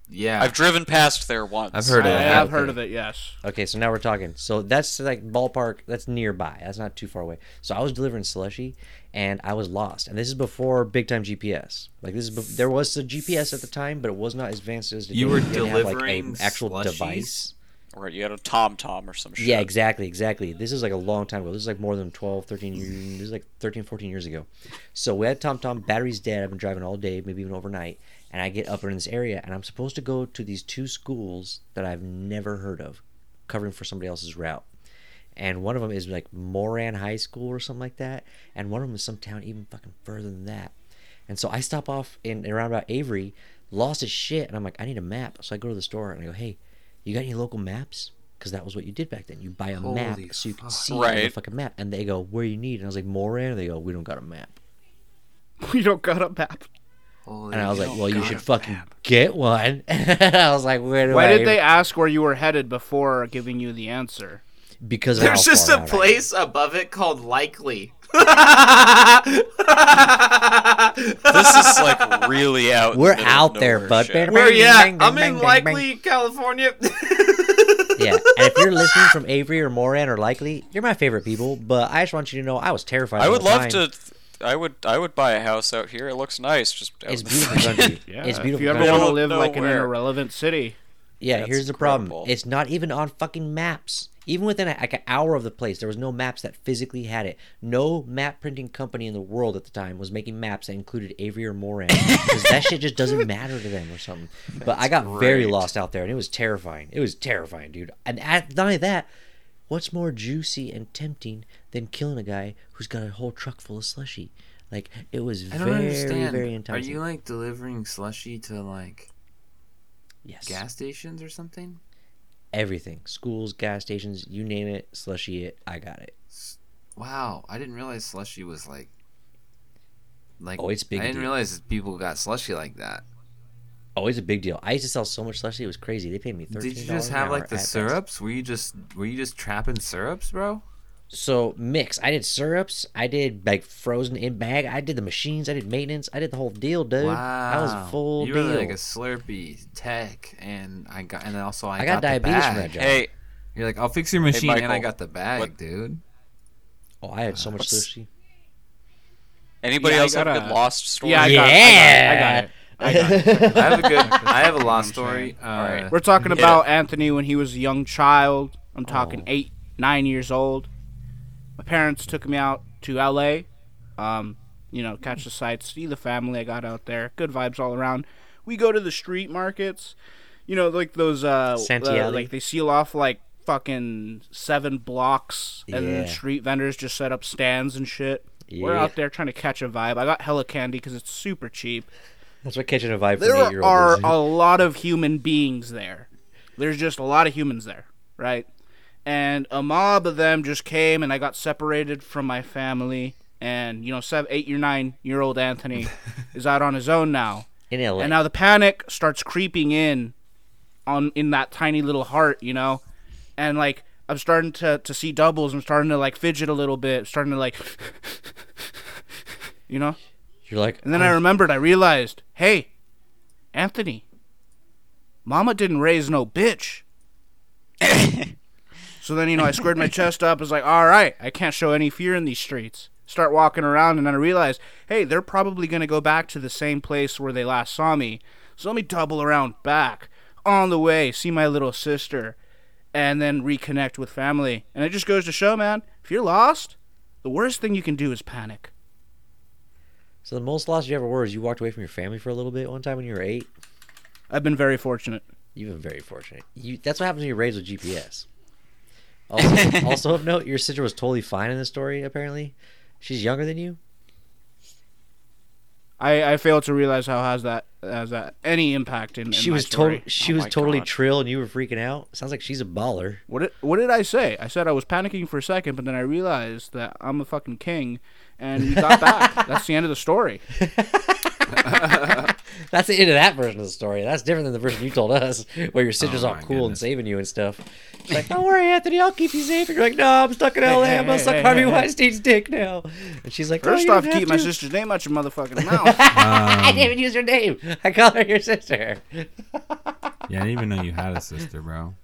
D: Yeah,
E: I've driven past there once.
D: I've heard
B: I
D: of it.
B: have
A: okay.
B: heard of it. Yes.
A: Okay, so now we're talking. So that's like ballpark. That's nearby. That's not too far away. So I was delivering slushy, and I was lost. And this is before big time GPS. Like this is bef- there was a GPS at the time, but it was not as advanced as today.
D: You were
A: didn't have, like, a
D: delivering
A: actual
D: slushies?
A: device.
E: Or you had a Tom Tom or some shit.
A: Yeah, exactly, exactly. This is like a long time ago. This is like more than 12, 13 years. This is like 13, 14 years ago. So we had Tom Tom. Battery's dead. I've been driving all day, maybe even overnight. And I get up in this area, and I'm supposed to go to these two schools that I've never heard of, covering for somebody else's route. And one of them is like Moran High School or something like that. And one of them is some town even fucking further than that. And so I stop off in around about Avery, lost his shit, and I'm like, I need a map. So I go to the store and I go, Hey, you got any local maps? Because that was what you did back then. You buy a map
D: Holy
A: so you can
D: fuck.
A: see on the
E: Right.
A: fucking map. And they go, Where you need? And I was like, Moran. And they go, We don't got a map.
B: We don't got a map.
D: Holy
A: And I was
D: shit.
A: like, Well, you
D: God,
A: should fucking get one. I was like, Where do
B: Why
A: I
B: did they ask where you were headed before giving you the answer?
A: Because of
D: There's
A: how
D: just
A: far
D: a
A: out I-
D: place above it called Likely. Where
E: This is like really out. in the
A: We're
E: middle of
A: out there,
E: nowhere
A: bud.
E: shit.
A: Better-
D: you at?
A: Bang, bang,
D: I'm
A: bang,
D: in
A: bang, bang.
D: Likely, California.
A: yeah. And if you're listening from Avery or Moran or Likely, you're my favorite people. But I just want you to know I was terrified.
E: I
A: the
E: would
A: whole
E: love
A: time.
E: to. I would. I would buy a house out here. It looks nice. Just out
A: It's
E: in the
A: beautiful
E: fucking-
A: country.
B: Yeah.
A: it's beautiful.
B: If you ever
A: country.
B: want to
E: Middle
B: live
E: of
B: like in an
E: nowhere.
B: irrelevant city,
A: yeah,
E: That's
A: here's the problem.
E: incredible.
A: It's not even on fucking maps. Even within a, like an hour of the place, there was no maps that physically had it. No map printing company in the world at the time was making maps that included Avery or Moran because that shit just doesn't matter to them or something. but I got very
E: great.
A: lost out there, and it was terrifying. It was terrifying, dude. And at, not only that, what's more juicy and tempting than killing a guy who's got a whole truck full of slushy? Like it was
D: I don't
A: very,
D: understand.
A: very
D: Are
A: enticing.
D: you like delivering slushy to like
A: yes.
D: gas stations or something?
A: everything schools gas stations you name it slushy it i got it
D: Wow, I didn't realize slushy was like like
A: Oh, it's big
D: I didn't
A: deal.
D: realize that people got slushy like that.
A: always a big deal i used to sell so much slushy it was crazy they paid me 13
D: Did you just have like the syrups? Were you just were you just trapping syrups, bro?
A: so mix i did syrups i did like frozen in bag i did the machines i did maintenance i did the whole deal dude i was full
D: you
A: deal
D: were like a Slurpee tech, and I got, and also I,
A: I got
D: the
A: diabetes from that
D: bag.
A: job.
E: Hey,
D: You're like, I'll fix your machine, and I
E: Michael,
D: got the bag,
E: what-
D: dude.
A: oh i had so much
E: What's-
A: slushy
E: anybody
B: Yeah, I
E: else have a
B: gotta-
E: good lost story?
B: yeah, I got, I got it. I got it. I got it.
D: I have a good, I have a lost story. Uh,
E: right.
B: We're talking
E: Hit
B: about Anthony when he was a young child. I'm talking
A: Oh.
B: eight, nine years old. My parents took me out to LA. Um, you know, catch the sights, see the family I got out there. Good vibes all around. We go to the street markets. You know, like those uh,
A: Santiali.
B: uh, like they seal off like fucking seven blocks and
A: Yeah.
B: street vendors just set up stands and shit. We're
A: Yeah.
B: out there trying to catch a vibe. I got hella candy because it's super cheap.
A: that's what catching a vibe from an
B: There
A: eight-year-old
B: are
A: is.
B: a lot of human beings there. There's just a lot of humans there, right? And a mob of them just came, and I got separated from my family. And you know, seven, eight, or nine year old Anthony is out on his own now.
A: in la
B: And now the panic starts creeping in, on in that tiny little heart, you know, and like I'm starting to to see doubles. I'm starting to like fidget a little bit. Starting to like, you know.
A: you're like
B: And then I
A: "Oh,
B: remembered, I realized, hey, Anthony, Mama didn't raise no bitch. so then, you know, I squared my chest up, was like, all right, I can't show any fear in these streets. Start walking around, and then I realized, hey, they're probably going to go back to the same place where they last saw me. So let me double around back. On the way, see my little sister, and then reconnect with family. And it just goes to show, man, if you're lost, the worst thing you can do is panic.
A: so the most lost you ever were is you walked away from your family for a little bit one time when you were eight
B: I've been very fortunate.
A: You've been very fortunate. You, that's what happens when you're raised with GPS. Also, also of note, your sister was totally fine in this story. Apparently, she's younger than you.
B: I, I fail to realize how has that has that any impact in, in
A: she
B: my
A: was
B: story.
A: totally she
E: Oh
A: was
E: my
A: totally
E: God.
A: trill, and you were freaking out. Sounds like she's a baller.
B: What did, what did I say? I said I was panicking for a second, but then I realized that I'm a fucking king, and we got back. That's the end of the story.
A: That's the end of that version of the story. That's different than the version you told us, where your sister's
D: Oh
A: all
D: my
A: cool and
D: goodness.
A: saving you and stuff. She's like, "Don't worry, Anthony, I'll keep you safe." And you're like, "No, I'm stuck in LA. I must suck Harvey Weinstein's dick now." And she's like,
B: First
A: no,
B: off,
A: you
B: keep my Um,
A: sister."
B: sister's name out your motherfucking mouth.
A: I didn't even use her name. I call her your sister.
D: Yeah, I didn't even know you had a sister, bro.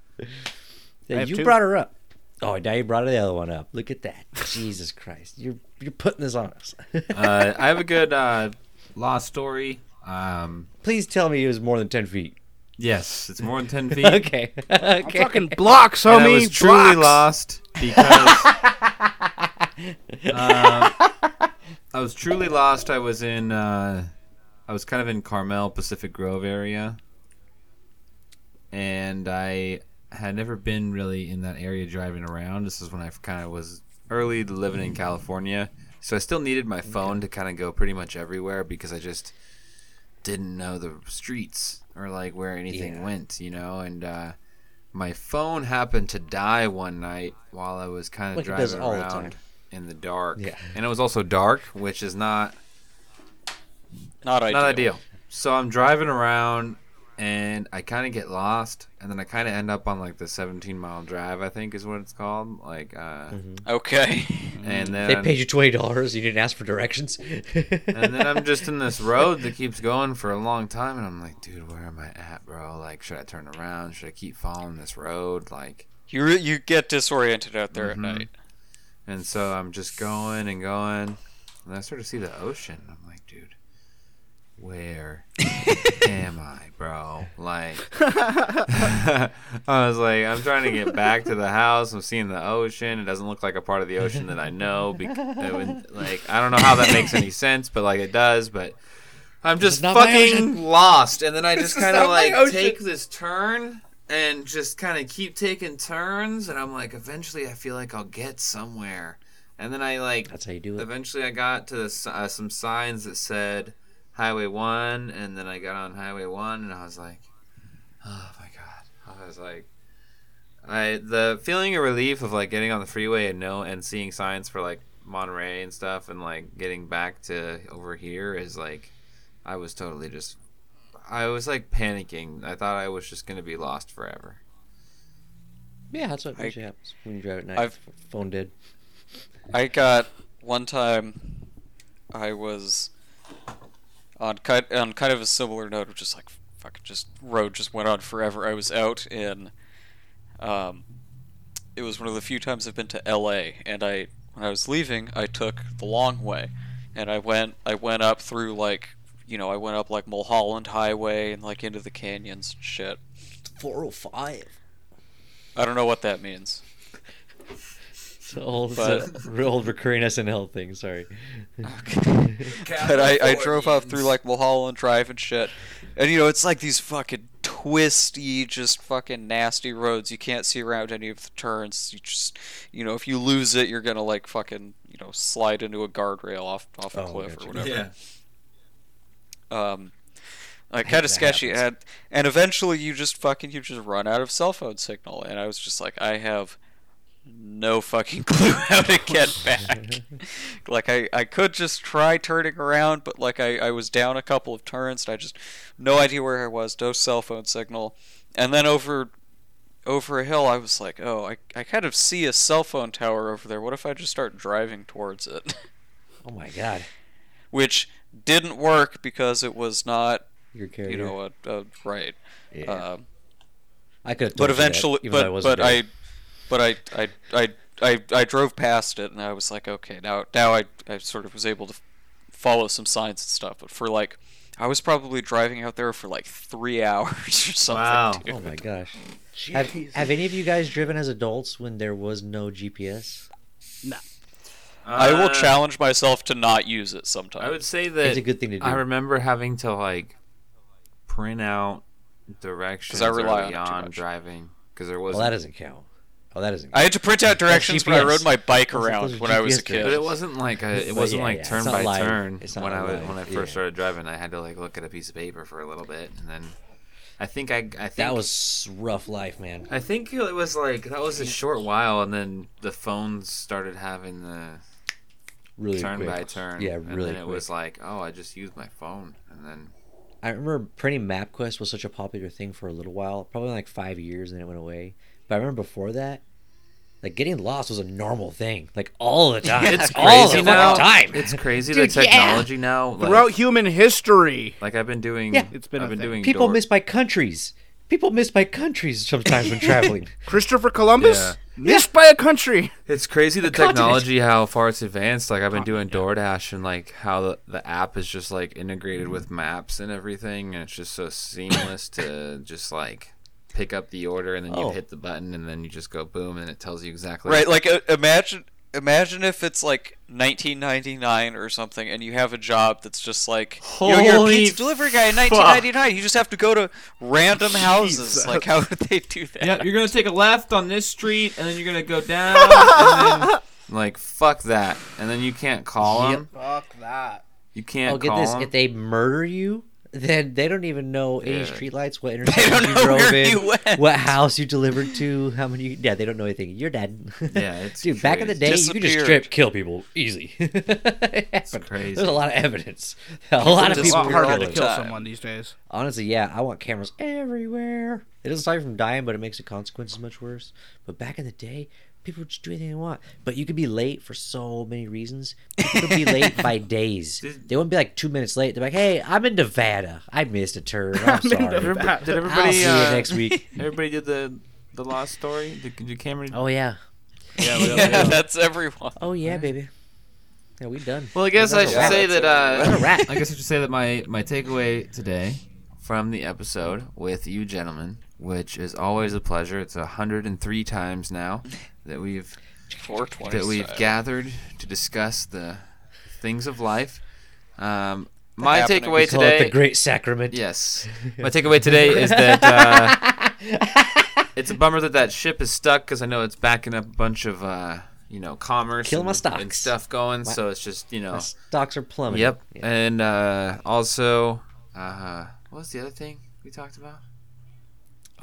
A: Yeah,
B: have
A: you
B: two.
A: brought her up. Oh, now you brought the other one up. Look at that. Jesus Christ. You're you're putting this on us.
D: Uh, I have a good uh, law story. Um,
A: Please tell me it was more than ten feet.
D: yes, it's more than ten feet.
A: Okay. okay.
B: Fucking blocks, homie.
D: and I was truly
B: blocks.
D: lost because uh, I was truly lost. I was in, uh, I was kind of in Carmel, Pacific Grove area, and I had never been really in that area driving around. This is when I kind of was early to living in California, so I still needed my phone to kind of go pretty much everywhere because I just didn't know the streets or like where anything
A: Yeah.
D: went, you know, and. uh my phone happened to die one night while I was kind of
A: Like it does
D: driving
A: all the
D: around
A: time.
D: in the dark.
A: Yeah.
D: And it was also dark, which is not
E: Not ideal.
D: not ideal. So I'm driving around and I kind of get lost and then I kind of end up on like the 17 mile drive I think is what it's called like uh
E: Okay.
D: and then
A: Mm-hmm. They
D: I'm-
A: paid you twenty dollars. You didn't ask for directions.
D: and then I'm just in this road that keeps going for a long time, and I'm like, dude, where am I at, bro? Like, should I turn around? Should I keep following this road? Like,
E: You re- you get disoriented out there
A: Mm-hmm.
E: at night.
D: And so I'm just going and going, and I sort of see the ocean. I'm like, dude, where am I, bro? Like, I was like, I'm trying to get back to the house. I'm seeing the ocean. It doesn't look like a part of the ocean that I know. Because, like, I don't know how that makes any sense, but like it does. But I'm just
A: not my
D: fucking lost. And then I just
A: is
D: kind of
A: not my
D: like
A: ocean.
D: take this turn and just kind of keep taking turns. And I'm like, eventually, I feel like I'll get somewhere. And then I like
A: That's how you do it.
D: Eventually, I got to this, uh, some signs that said Highway One, and then I got on Highway One, and I was like, "Oh my god!" I was like, "I the feeling of relief of like getting on the freeway and no and seeing signs for like Monterey and stuff, and like getting back to over here is like, I was totally just, I was like panicking. I thought I was just gonna be lost forever.
A: Yeah, that's what
E: I-
A: usually happens when you drive at night.
E: I've-
A: phone dead.
E: I got one time. I was on kind on kind of a similar note of just like fucking just road just went on forever. I was out in. Um, it was one of the few times I've been to L.A. and I when I was leaving I took the long way, and I went I went up through like you know I went up like Mulholland Highway and like into the canyons and shit.
A: Four oh five.
E: I don't know what that means.
A: It's an old,
E: But-
A: it's a real old recurring SNL thing. Sorry.
E: but I, I drove up through like Mulholland Drive and shit, and you know it's like these fucking twisty, just fucking nasty roads. You can't see around any of the turns. You just, you know, if you lose it, you're gonna like fucking, you know, slide into a guardrail off off a
A: Oh,
E: cliff
A: gotcha.
E: or whatever.
D: Yeah.
E: Um, like kind of sketchy, and and eventually you just fucking you just run out of cell phone signal, and I was just like, I have no fucking clue how to get back. like I, I could just try turning around, but like I, I was down a couple of turns and I just no idea where I was, no cell phone signal. And then over over a hill I was like, Oh, I, I kind of see a cell phone tower over there. What if I just start driving towards it?
A: Oh my god.
E: Which didn't work because it was not
A: Your
E: you
A: character.
E: know a, a right.
A: Yeah.
E: Um,
A: I could have.
E: but
A: told you that,
E: eventually,
A: even though I
E: but
A: wasn't
E: but
A: there.
E: I, but I, I, I, I, I drove past it, and I was like, okay, now now I, I sort of was able to f- follow some signs and stuff. But for like, I was probably driving out there for like three hours or something.
D: Wow.
E: dude.
A: Oh my gosh. Have, have any of you guys driven as adults when there was no GPS?
E: I will
D: Uh,
E: challenge myself to not use it sometime.
D: I would say that
A: It's a good thing to do.
D: I remember having to like print out directions
E: I rely
D: early
E: on it too
D: on,
E: much.
D: driving because there
A: well,
D: wasn't.
A: that doesn't count. Oh, that doesn't.
E: I
A: Count.
E: had to print out directions when I
A: GPS.
E: rode my bike
A: Those are-
E: around
A: those are
E: when I was a
A: GPS directions.
D: but it
E: kid.
D: wasn't like a, it
A: But
D: wasn't
A: yeah,
D: like
A: yeah,
D: turn
A: it's not
D: by
A: live.
D: turn.
A: It's not
D: When I was,
A: live,
D: when I first
A: yeah.
D: started driving, I had to like look at a piece of paper for a little bit, and then I think I I think
A: that was rough life, man.
D: I think it was like that was a short while, and then the phones started having the
A: Really
D: turn
A: quick.
D: by turn.
A: Yeah,
D: and
A: really
D: then it
A: quick.
D: was like, oh, I just used my phone, and then
A: I remember printing MapQuest was such a popular thing for a little while, probably like five years, and then it went away. But I remember before that, like getting lost was a normal thing, like all the time.
D: It's
A: all
D: crazy
A: the
D: now.
A: fucking time.
D: It's crazy
A: Dude,
D: the
A: yeah.
D: technology now. Like,
B: Throughout human history,
D: like I've been doing.
A: Yeah.
B: It's been a
D: I've been
B: thing.
D: doing.
A: People
D: door-
A: miss by countries. People miss by countries sometimes when traveling.
B: Christopher Columbus
D: Yeah.
B: missed by a country.
D: It's crazy the
A: continent.
D: technology how far it's advanced. Like I've been doing DoorDash and like how the, the app is just like integrated with maps and everything, and it's just so seamless to just like pick up the order and then
A: Oh.
D: you hit the button and then you just go boom and it tells you exactly
E: Right, like uh, imagine imagine if it's like 1999 or something and you have a job that's just like you know, you're a
D: Holy
E: pizza delivery guy in 1999 you just have to go to random houses like how would they do that
F: Yep, you're gonna take a left on this street, and then you're gonna go down. and then,
D: Like fuck that, and then you can't call them.
B: Fuck that.
D: You can't
A: oh, get
D: call
A: this:
D: 'em.
A: if they murder you, then they don't even know any streetlights, what
E: don't
A: intersection you
E: know
A: drove
E: where
A: in,
E: you went.
A: what house you delivered to, how many. Yeah, they don't know anything. You're dead.
D: Yeah, it's
A: dude. Back in the day,
D: crazy.
A: you could just
E: Disappeared.
A: strip, kill people easy. it's
D: crazy.
A: There's a lot of evidence. A lot of
E: It's
B: It's a
A: people
B: lot
E: disappear
A: were
B: harder
E: all
A: killed.
B: to
E: the
B: kill
E: time.
B: someone these days.
A: Honestly, yeah, I want cameras everywhere. It doesn't stop you from dying, but it makes the consequences much worse. But back in the day, people would just do anything they want. But you could be late for so many reasons. People could be late by days. They wouldn't be like two minutes late. They're like, "Hey, I'm in Nevada. I missed a turn. I'm
B: in
A: sorry.
B: Nevada.
D: Did
A: I'll see
D: everybody?
A: you
D: uh,
A: next week."
D: Everybody did the the lost story. Did, did Cameron?
A: Oh yeah.
E: yeah, that's everyone
A: Oh yeah, baby. Yeah, we done.
D: Well, I guess I
A: That's a
D: should
A: wrap.
D: say that. Uh,
A: That's a wrap.
D: I guess I should say that my my takeaway today from the episode with you gentlemen, which is always a pleasure. It's 103 times now that we've that we've
E: uh,
D: gathered to discuss the things of life. Um, my
E: happening.
D: takeaway
A: Call it
D: today.
A: the Great Sacrament.
D: Yes. My takeaway today is that uh, it's a bummer that that ship is stuck because I know it's backing up a bunch of uh, you know commerce
A: Kill
D: and,
A: my
D: and
A: stocks.
D: stuff going. So it's just you know.
A: Stocks are plummeting.
D: Oh. Yep.
A: Yeah.
D: And uh, also, uh, what was the other thing we talked about?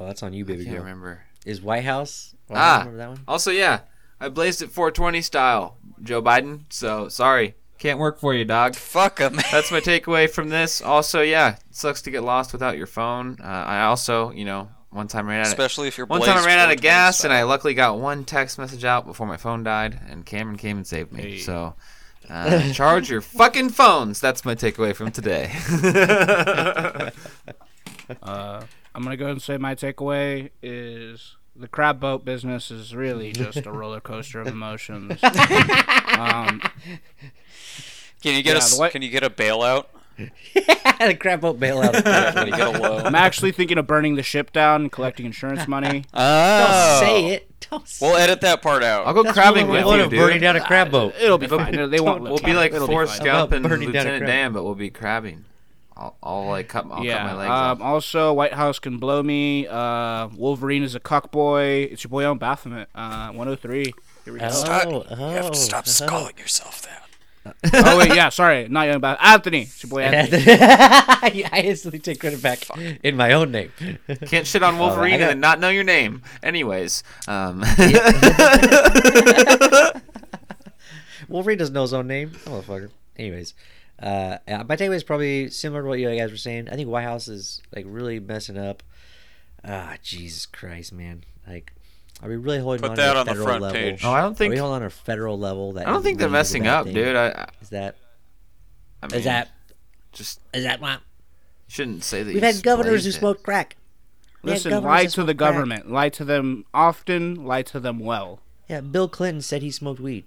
A: Oh, that's on you,
D: I
A: baby
D: can't
A: girl.
D: remember.
A: Is White House? White
D: Ah.
A: House, remember that one?
D: Also, yeah, I blazed it 420 style, Joe Biden. So sorry, can't work for you, dog.
E: fuck them
D: That's my takeaway from this. Also, yeah, it sucks to get lost without your phone. Uh, I also, you know, one time ran out. of-
E: especially if you're
D: One time I ran out of gas, and I luckily got one text message out before my phone died, and Cameron came and saved me. So, uh, charge your fucking phones. That's my takeaway from today.
B: Uh, I'm gonna go ahead and say my takeaway is the crab boat business is really just a roller coaster of emotions. um,
E: can you get
B: Yeah,
E: a s-
B: the way-
E: can you get a bailout
A: the crap out bailout.
E: can you get a loan
B: I'm actually thinking of burning the ship down and collecting insurance money.
E: oh
A: Don't say it. Don't say
E: we'll edit that part out
D: I'll go
A: That's
D: crabbing
A: what I
D: with
A: want
D: you,
A: of
D: dude.
A: burning down a crab boat.
B: Uh, It'll be fine. No, They won't.
D: We'll be like
B: It'll
D: Forrest
B: fine.
D: Gump
A: About
D: and
A: burning down a
D: Lieutenant
A: crab.
D: Dan, but we'll be crabbing. I'll, I'll like cut, I'll cut
B: yeah.
D: my legs
B: um,
D: off.
B: also, White House can blow me. Uh, Wolverine is a cuckboy. It's your boy on Baphomet. Uh, 103. Here we go.
A: Oh, oh, oh.
E: yourself that
B: oh wait, yeah. Sorry, not young Baphomet. Anthony. It's your boy Anthony.
A: I instantly take credit back in my own name.
D: Can't shit on Wolverine
A: got-
D: and then not know your name. Anyways, um,
A: Wolverine doesn't know his own name. That Motherfucker. Anyways, uh, uh, my takeaway is probably similar to what you guys were saying. I think White House is like really messing up. Ah, Jesus Christ, man! Like, are we really holding
E: Put
A: on
E: that
A: to
E: on the
A: federal
E: front
A: level?
E: page.
D: oh, I don't
A: are
D: think
A: we holding on to federal level? That
D: I don't think they're
A: really is a
D: messing
A: bad
D: up,
A: thing?
D: dude. I, I,
A: Is that
D: I mean,
A: is that
D: just
A: is that what?
D: shouldn't say that.
A: We've
D: you
A: had governors
D: blazed
A: who
D: it.
A: smoked crack. We had
B: Listen,
A: governors
B: lie
A: that
B: to the
A: smoked crack.
B: government. Lie to them often. Lie to them well.
A: Yeah, Bill Clinton said he smoked weed.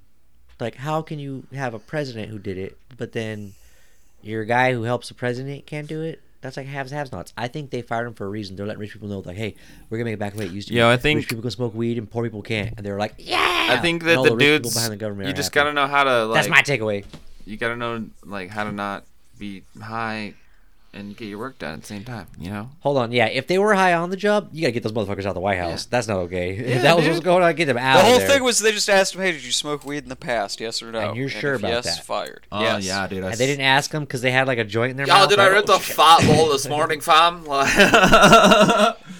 A: Like, how can you have a president who did it, but then your guy who helps the president can't do it? That's like haves haves nots. I think they fired him for a reason. They're letting rich people know, like, hey, we're gonna make it back the way it used to.
D: Yeah,
A: be.
D: I think-
A: rich people can smoke weed and poor people can't. And they were like, yeah.
D: I think
A: And
D: that
A: all
D: the,
A: rich people
D: dudes,
A: behind the government.
D: you
A: are
D: just
A: happy.
D: gotta know how to like.
A: That's my takeaway.
D: you gotta know like how to not be high and get your work done at the same time. You know.
A: Hold on, yeah. If they were high on the job, you gotta get those motherfuckers out of the White House. That's not okay. if that was what's going on, get them out.
E: The
A: of
E: whole
A: there.
E: thing was they just asked him, "Hey, did you smoke weed in the past? Yes or no?"
A: And you're sure
E: if
A: about
E: yes,
A: that?
E: Fired.
D: Oh
E: yes.
D: yeah, dude. I
A: And they didn't ask him because they had like a joint in their
D: Y'all,
A: mouth.
D: did I
A: Like,
D: rip
A: oh,
D: the
A: shit.
D: fat ball this morning, fam? Like,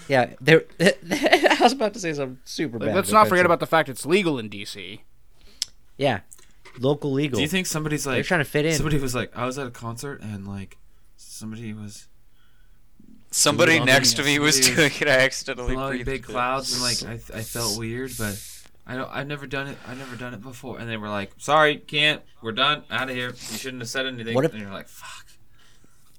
A: Yeah, they're, I was about to say something super
B: Like,
A: bad.
B: let's
A: but
B: not
A: that's it.
B: forget about the fact it's legal in DC.
A: Yeah, local legal.
D: do you think somebody's like
A: trying to fit in.
D: Somebody was like, I was at a concert and like somebody was
E: Somebody
D: Loving
E: next to
D: it,
E: me was
D: dude.
E: doing it. I accidentally
D: blowing
E: breathed
D: big
E: it.
D: clouds and like I, th- I felt weird, but I don't I've never done it I've never done it before. And they were like, "Sorry, can't. We're done. Out of here. You shouldn't have said anything."
A: What if-
D: and you're like, "Fuck."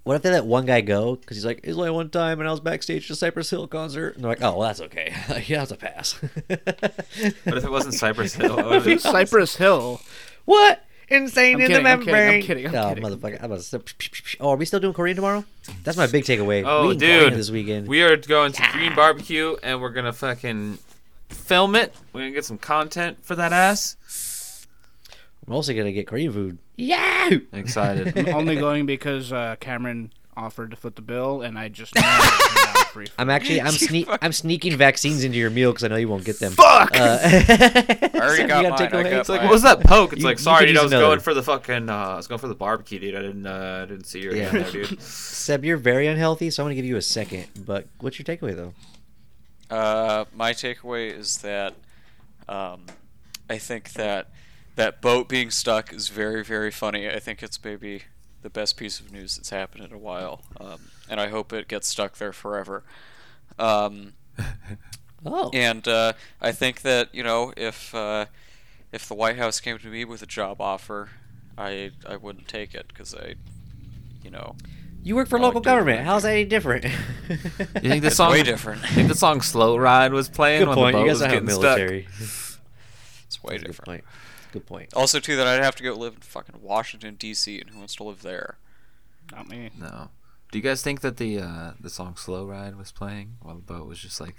A: What if they let one guy go? Because he's like, it was only one time, and I was backstage at a Cypress Hill concert. And they're like, oh, well, that's okay. yeah, that's a pass.
D: But if it wasn't Cypress Hill, it
B: If
D: would've been-
B: it's Cypress Hill,
A: what? Insane
B: I'm
A: in
B: kidding,
A: the
B: I'm
A: membrane.
B: kidding, I'm kidding, I'm
A: oh,
B: kidding, I'm
A: motherfucker. I'm about to say- Oh, are we still doing Korean tomorrow? That's my big takeaway.
D: Oh,
A: we can Korean
D: dude.
A: This weekend.
D: we are going to Green Barbecue and we're gonna fucking film it. We're gonna get some content for that ass.
A: I'm also going to get Korean food. Yeah!
D: I'm excited.
A: Uh,
B: I'm only going because uh, Cameron offered to foot the bill, and I just knew it was not free.
A: I'm actually I'm sneak I'm sneaking vaccines into your meal because I know you won't get them.
B: Fuck!
A: Uh, I
E: already got mine, I got
D: It's like,
E: Right.
D: what was that poke? It's
A: You-
D: like,
A: you
D: sorry,
A: could
D: dude,
A: use
D: I was
A: another.
D: going for the fucking, uh, I was going for the barbecue, dude. I didn't, uh, I didn't see your
A: Yeah.
D: hand there, dude.
A: Seb, you're very unhealthy, so I'm gonna give you a second. But what's your takeaway though?
E: Uh, my takeaway is that um, I think that that boat being stuck is very, very funny. I think it's maybe the best piece of news that's happened in a while, um, and I hope it gets stuck there forever. Um,
A: Oh,
E: and uh, I think that you know, if uh, if the White House came to me with a job offer, I I wouldn't take it because I, you know,
A: you Oh, work for
E: I'll
A: local
E: do it
A: government.
E: later.
A: How's that any different?
D: You think the
E: It's
D: song
E: way different.
D: You think the song "Slow Ride" was playing
A: Good
D: when
A: point.
D: the boat
A: You guys
D: was
A: don't have
D: getting
A: military.
E: it's way
A: Good
E: different.
A: point. Good point.
E: Also, too, that I'd have to go live in fucking Washington D.C. and who wants to live there?
B: Not me.
D: stuck? No. Do you guys think that the uh, the song "Slow Ride" was playing while the boat was just like?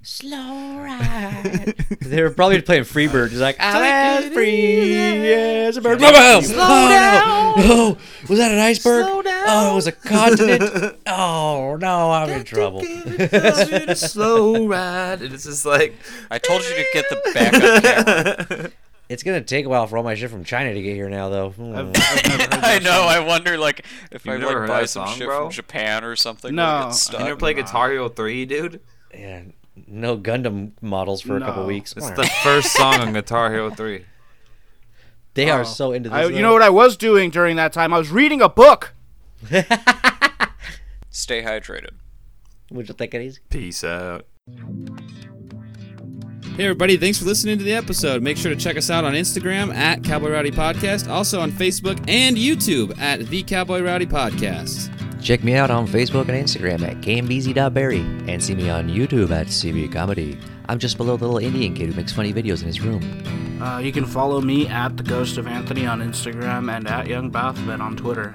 A: Slow ride. they were probably playing Freebird. Just like I was free as a bird. Slow down. Oh, no. no, was that an iceberg? Oh, it was a continent. oh no, I'm in trouble.
D: slow ride, and it's just like.
E: I told you to get the backup camera.
A: It's gonna take a while for all my shit from China to get here now, though. Hmm.
E: I know. I wonder, like, if
D: You've
E: I
D: never
E: like
D: heard
E: buy
D: that
E: some
D: song,
E: shit
D: bro?
E: from Japan or something.
B: No,
E: when it gets
B: I
E: stuck.
D: You never play Guitar Hero Three, dude?
A: Yeah, no Gundam models for a couple
B: No.
A: weeks.
D: It's the first song on Guitar Hero Three.
A: they
B: Oh.
A: are so into this.
B: I, you know what I was doing during that time? I was reading a book.
E: Stay hydrated.
A: Would you take it easy?
D: Peace out.
G: Hey, everybody, thanks for listening to the episode. Make sure to check us out on Instagram at Cowboy Rowdy Podcast, also on Facebook and YouTube at The Cowboy Rowdy Podcast.
A: Check me out on Facebook and Instagram at kmbz.berry and see me on YouTube at CB Comedy. I'm just below the little Indian kid who makes funny videos in his room.
B: Uh, you can follow me at the Ghost of Anthony on Instagram and at Young Bathman on Twitter.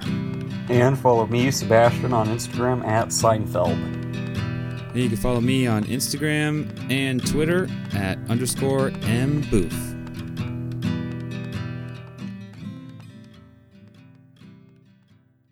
H: And follow me, Sebastian, on Instagram at Seinfeld.
G: And you can follow me on Instagram and Twitter at underscore mbooth.